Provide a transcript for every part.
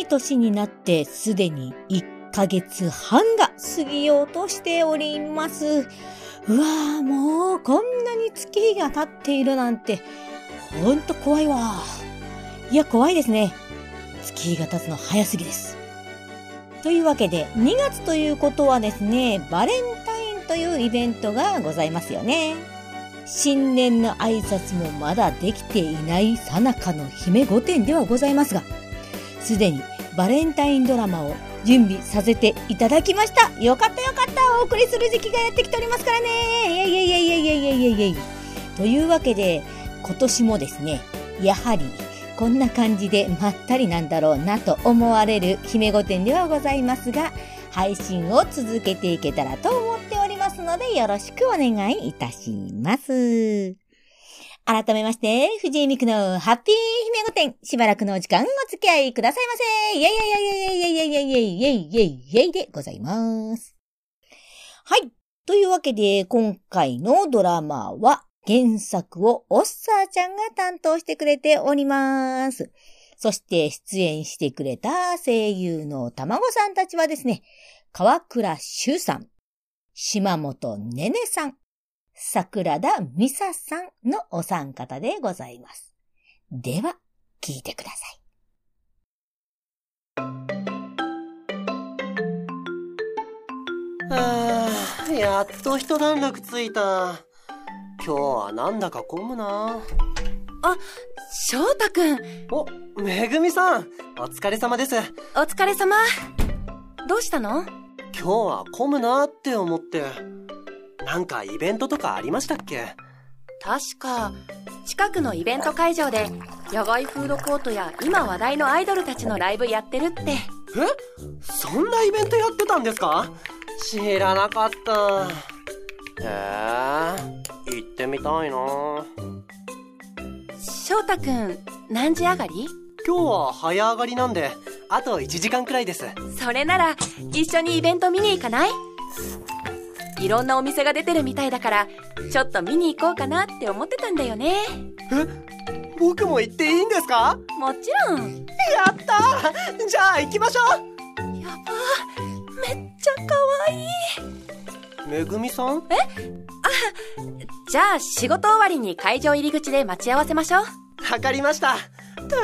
い年になってすでに1ヶ月半が過ぎようとしております。うわぁ、もうこんなに月日が経っているなんて、ほんと怖いわ。いや、怖いですね。月日が経つの早すぎです。というわけで、2月ということはですね、バレンタインというイベントがございますよね。新年の挨拶もまだできていないさなかの姫御殿ではございますが、すでにバレンタインドラマを準備させていただきました。よかったよかった。お送りする時期がやってきておりますからね。いやいやいやいやいやいやいやいやいや。というわけで、今年もですね、やはりこんな感じでまったりなんだろうなと思われる姫御殿ではございますが、配信を続けていけたらと思っておりますので、よろしくお願いいたします。改めまして、藤井美久のハッピー姫御殿、しばらくのお時間お付き合いくださいませ。イェイイェイイェイイェイイェイイェイイェイイェイイェイイェイでございます。はい。というわけで、今回のドラマは、原作をオッサーちゃんが担当してくれております。そして出演してくれた声優の卵さんたちはですね、川倉修さん、島本ねねさん、桜田美沙さんのお三方でございます。では、聞いてください。はあ、やっと一段落ついた。今日はなんだか混むなあ、翔太くん。お、めぐみさん。お疲れ様です。お疲れ様。どうしたの今日は混むなって思って。なんかイベントとかありましたっけ確か、近くのイベント会場で、野外フードコートや今話題のアイドルたちのライブやってるって。えそんなイベントやってたんですか知らなかった。へえ。行ってみたいな翔太くん何時上がり今日は早上がりなんであと1時間くらいですそれなら一緒にイベント見に行かないいろんなお店が出てるみたいだからちょっと見に行こうかなって思ってたんだよねえ僕も行っていいんですかもちろやんったじゃあ行きましょうやばめっちゃ可愛いめぐみさんえあじゃあ仕事終わりに会場入り口で待ち合わせましょう。わかりました。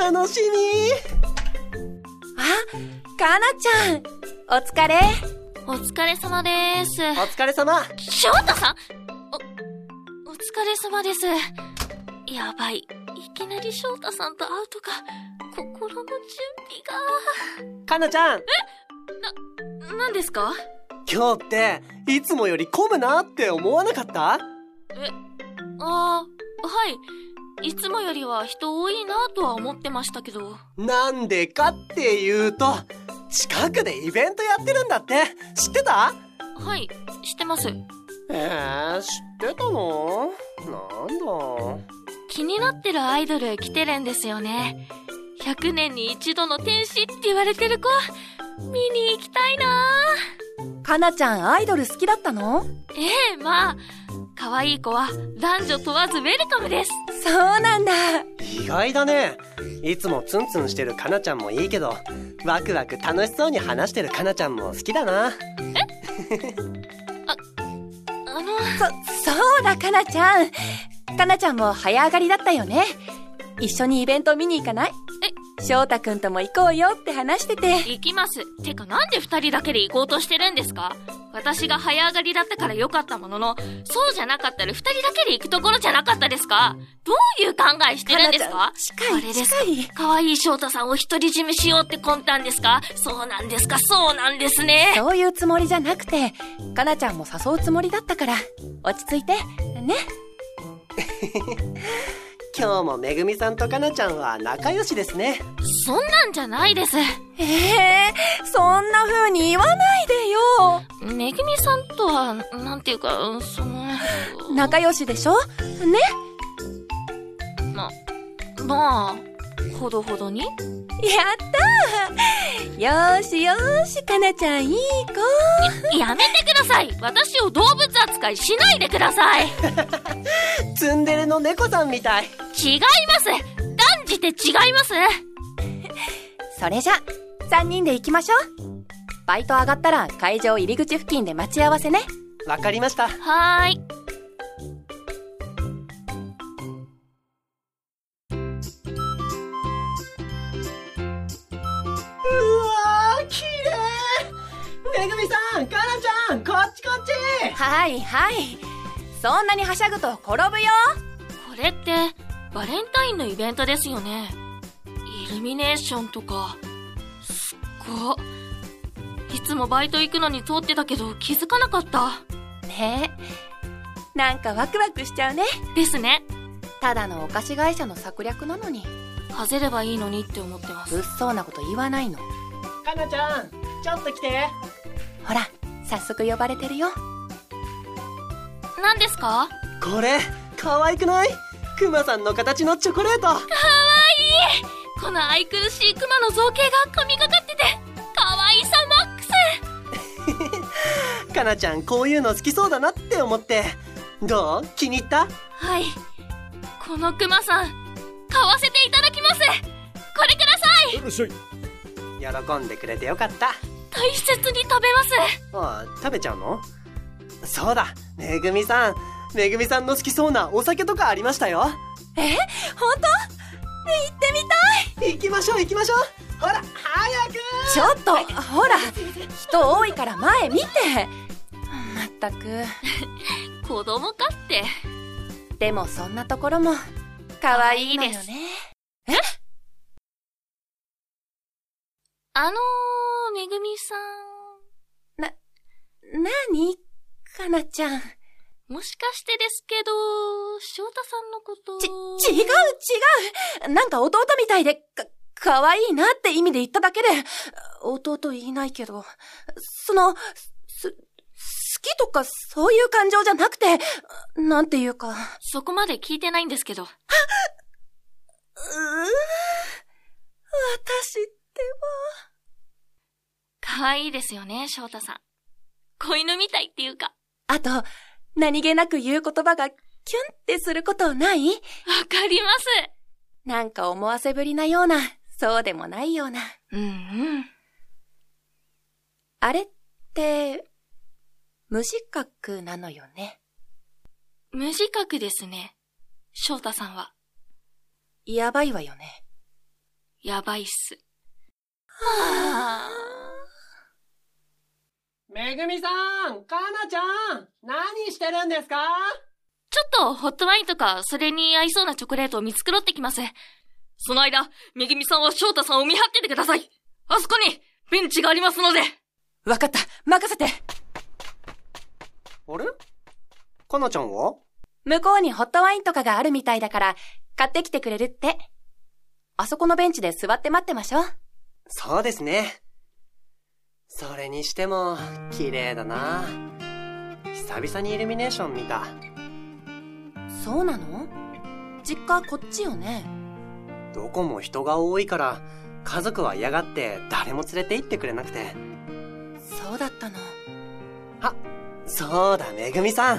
楽しみあ、かなちゃん。お疲れ。お疲れ様です。お疲れ様。翔太さんお、お疲れ様です。やばい。いきなり翔太さんと会うとか、心の準備が。かなちゃんえな、何ですか今日って、いつもより混むなって思わなかったえ、ああ、はい。いつもよりは人多いなとは思ってましたけど。なんでかっていうと、近くでイベントやってるんだって知ってたはい、知ってます。えー、知ってたのなんだ。気になってるアイドル来てるんですよね。100年に一度の天使って言われてる子、見に行きたいなかなちゃんアイドル好きだったのええー、まあ。可愛い子は男女問わずウェルカムですそうなんだ意外だねいつもツンツンしてるかなちゃんもいいけどワクワク楽しそうに話してるかなちゃんも好きだなえああのそそうだかなちゃんかなちゃんも早上がりだったよね一緒にイベント見に行かないえ翔太くんとも行こうよって話してて行きますてかなんで二人だけで行こうとしてるんですか私が早上がりだったから良かったものの、そうじゃなかったら二人だけで行くところじゃなかったですかどういう考えしてるんですか近い、あれですか可愛い翔太さんを独り占めしようって魂胆ですかそうなんですかそうなんですね。そういうつもりじゃなくて、かなちゃんも誘うつもりだったから、落ち着いて、ね。今日もめぐみさんとかなちゃんは仲良しですね。そんなんじゃないです。ええー、そんな風に言わないでよ。めぐみさんとは、なんていうか、その。仲良しでしょねま、まあ、ほどほどにやったよしよし、かなちゃんいい子や。やめてください私を動物扱いしないでくださいツンデレの猫さんみたい。違います断じて違いますそれじゃ、 3人で行きましょう。バイト上がったら会場入り口付近で待ち合わせね。わかりましたはーい。めぐみさんかなちゃんこっちこっちはいはい。そんなにはしゃぐと転ぶよ。これって、バレンタインのイベントですよね。イルミネーションとか、すっごい。いつもバイト行くのに通ってたけど気づかなかった。ねえ。なんかワクワクしちゃうね。ですね。ただのお菓子会社の策略なのに、風ればいいのにって思ってます。物騒なこと言わないの。かなちゃんちょっと来てほら、早速呼ばれてるよ。何ですかこれ可愛くないクマさんの形のチョコレートこの愛くるしいクマの造形が神がかってて、可愛さマックスかなちゃんこういうの好きそうだなって思ってどう気に入ったはい。このクマさん、買わせていただきますこれくださいいらっしゃい喜んでくれてよかった大切に食べますあ食べちゃうのそうだめぐみさんめぐみさんの好きそうなお酒とかありましたよ本当行きましょう行きましょうほら早くちょっと、ほら、人多いから前見て。まったく。子供かって。でもそんなところも、可愛いのよ可愛いね。あのー、めぐみさなにかなちゃん。ん。もしかしてですけど、翔太さんのこと。ち、違う違うなんか弟みたいで、か、可愛いなって意味で言っただけで、弟言いないけど、その、す、好きとかそういう感情じゃなくて、なんていうか、うそこまで聞いてないんですけど。ー私って可愛いですよね、翔太さん。子犬みたいっていうか。は。あと、何気なく言う言葉がキュンってすることないわかります。なんか思わせぶりなような、そうでもないような。うんうん。あれって、無自覚なのよね。無自覚ですね。翔太さんは。やばいわよね。やばいっす。あめぐみさんかなちゃん何してるんですかちょっとホットワインとか、それに合いそうなチョコレートを見繕ってきます。その間、めぐみさんは翔太さんを見張っててください。あそこに、ベンチがありますので。わかった任せてあれかなちゃんは向こうにホットワインとかがあるみたいだから、買ってきてくれるって。あそこのベンチで座って待ってましょう。そうですねそれにしても綺麗だな久々にイルミネーション見たそうなの実家こっちよね。どこも人が多いから家族は嫌がって誰も連れて行ってくれなくてそうだったの。そうだめぐみさん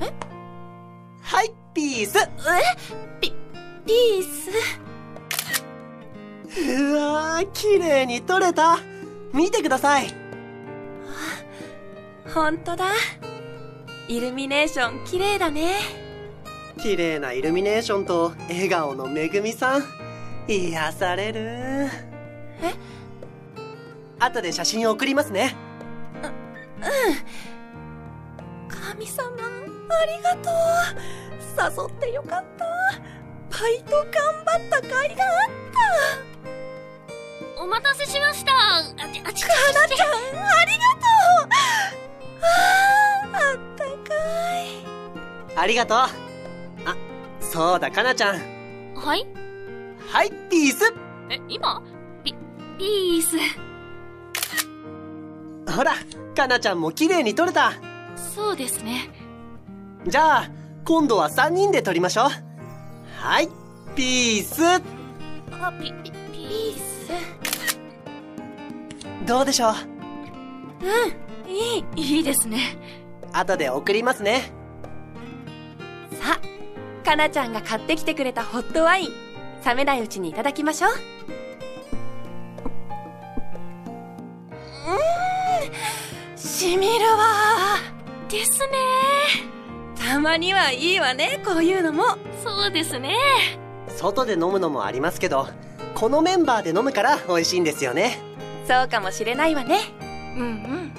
えはいピースピース。うわー綺麗に撮れた見てくださいほんとだ。イルミネーション綺麗だね。綺麗なイルミネーションと笑顔のめぐみさん癒されるえ後で写真送りますね神様、ありがとう。誘ってよかった。バイト頑張った甲斐があった。お待たせしました。あち、あち、かなちゃん、ありがとうああ、あったかい。ありがとうあそうだかなちゃんはいはいピースえ、今ピ、ピース。ほらかなちゃんも綺麗に撮れたそうですね。じゃあ今度は3人で撮りましょうはいピースあ、ピ、ピ、ピース。どうでしょういい。いいですね。後で送りますねさあ、かなちゃんが買ってきてくれたホットワイン、冷めないうちにいただきましょう。しみるわですねたまにはいいわね、こういうのも。そうですね外で飲むのもありますけどこのメンバーで飲むから美味しいんですよねそうかもしれないわね。うん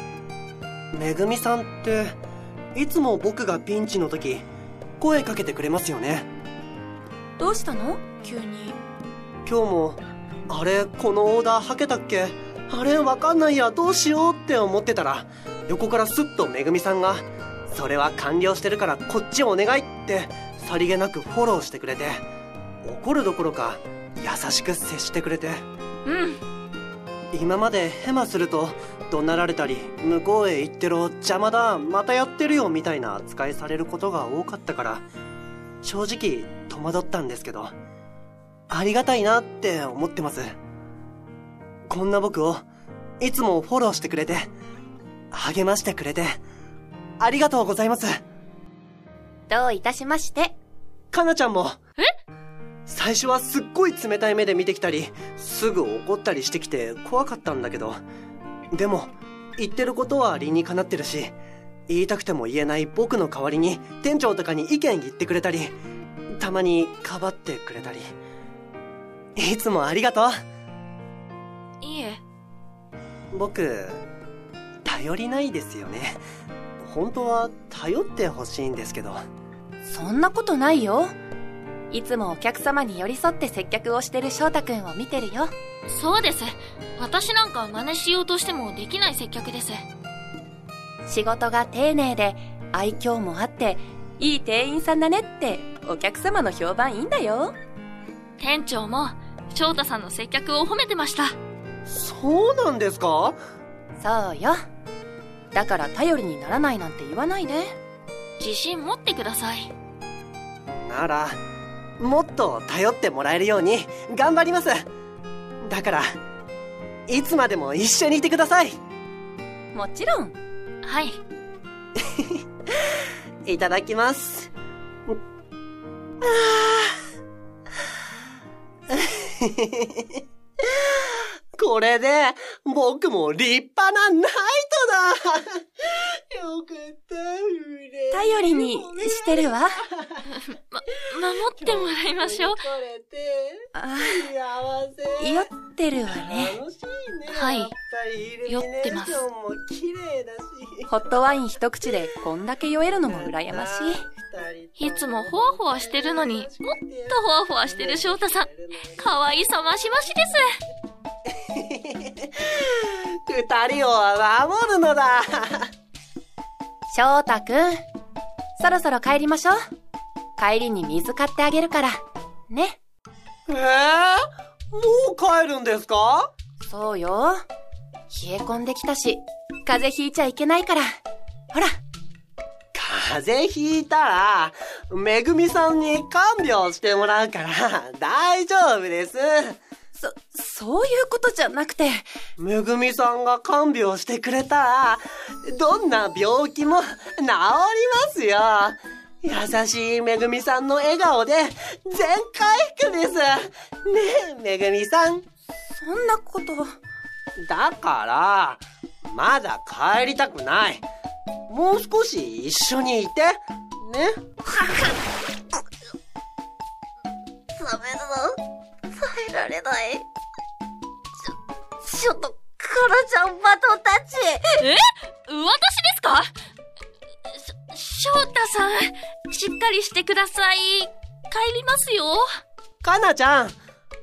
めぐみさんっていつも僕がピンチの時声かけてくれますよねどうしたの急に。今日もあれこのオーダーはけたっけあれわかんないやどうしようって思ってたら横からスッとめぐみさんが「それは完了してるからこっちお願い」ってさりげなくフォローしてくれて怒るどころか優しく接してくれてうんうん今までヘマすると怒鳴られたり向こうへ行ってろ邪魔だまたやってるよみたいな扱いされることが多かったから正直戸惑ったんですけどありがたいなって思ってますこんな僕をいつもフォローしてくれて励ましてくれてありがとうございますどういたしまして。かなちゃんもえ最初はすっごい冷たい目で見てきたりすぐ怒ったりしてきて怖かったんだけどでも言ってることは理にかなってるし言いたくても言えない僕の代わりに店長とかに意見言ってくれたりたまにかばってくれたりいつもありがといいえう僕頼りないですよね 本当は頼ってほしいんですけどそんなことないよ。いつもお客様に寄り添って接客をしてる翔太くんを見てるよ。そうです私なんか真似しようとしてもできない接客です仕事が丁寧で、愛嬌もあって、いい店員さんだねって、お客様の評判いいんだよ。店長も翔太さんの接客を褒めてましたそうなんですかそうよ。だから頼りにならないなんて言わないで。自信持ってくださいなら、もっと頼ってもらえるように頑張ります。だから、いつまでも一緒にいてください。もちろん。はいいただきます。 あーこれで、僕も立派なナイトだよかった、うれ頼りにしてるわ。守ってもらいましょうこれで、あ幸せ。酔ってるわね。楽しいね。はいやっぱりイルミネ酔ーってますションも綺麗だし。ホットワイン一口でこんだけ酔えるのも羨ましい。いつもほわほわしてるのにもっとほわほわしてる翔太さん可愛さましましです二人を守るのだ。翔太くん、そろそろ帰りましょう。帰りに水買ってあげるから。ね。えー、もう帰るんですかそうよ。冷え込んできたし、風邪ひいちゃいけないから。ほら、風邪ひいたら、めぐみさんに看病してもらうから、大丈夫です。そ、そういうことじゃなくて、めぐみさんが看病してくれたら、どんな病気も治りますよ。優しいめぐみさんの笑顔で全回復です。ねえ、めぐみさん。そんなこと。だから、まだ帰りたくない。もう少し一緒にいて。ね。ダメだ。耐えられない。ちょ、ちょっと、カラちゃんバトンタッチ私ですかし翔太さんしっかりしてください帰りますよかなちゃん。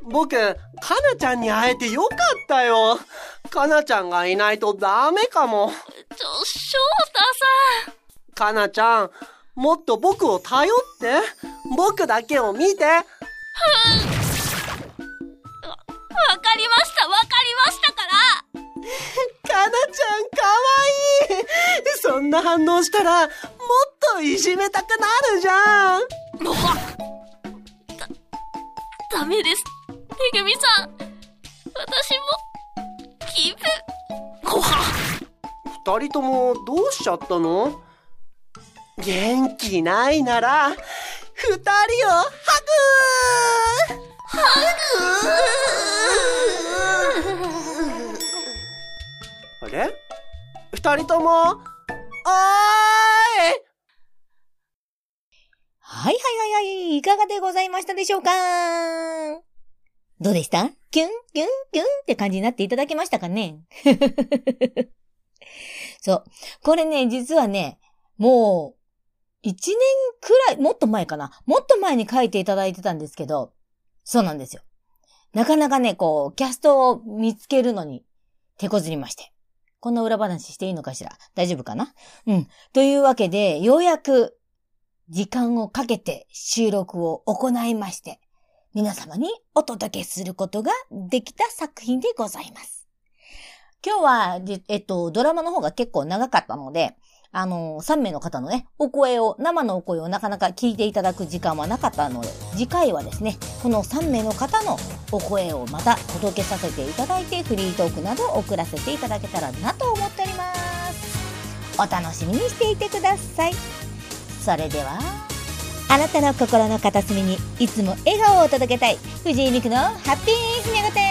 僕、かなちゃんに会えてよかったよ。かなちゃんがいないとダメかも。ちょ翔太さかんなちゃん、もっと僕を頼って。僕だけを見て。わかりましたわかりましたからかなちゃんかわいい。そんな反応したら、もっといじめたくなるじゃん。もうわだ、ダメです。めぐみさん。私も、気分、ごは二人ともどうしちゃったの元気ないなら、二人をハグハグあれ二人とも、おーいはいはいはいはい、いかがでございましたでしょうかどうでしたキュンキュンキュンって感じになっていただけましたかね そう。これね、実はね、もう、一年くらい、もっと前かな。もっと前に書いていただいてたんですけど、そうなんですよ。なかなかね、こう、キャストを見つけるのに、手こずりまして。こんな裏話していいのかしら大丈夫かなうん。というわけで、ようやく、時間をかけて収録を行いまして、皆様にお届けすることができた作品でございます。今日は、じえっと、ドラマの方が結構長かったので、あの、3名の方のね、お声を、生のお声をなかなか聞いていただく時間はなかったので、次回はですね、この3名の方のお声をまた届けさせていただいて、フリートークなどを送らせていただけたらなと思っております。お楽しみにしていてください。それでは、あなたの心の片隅にいつも笑顔を届けたい、藤井美久のハッピーひめごて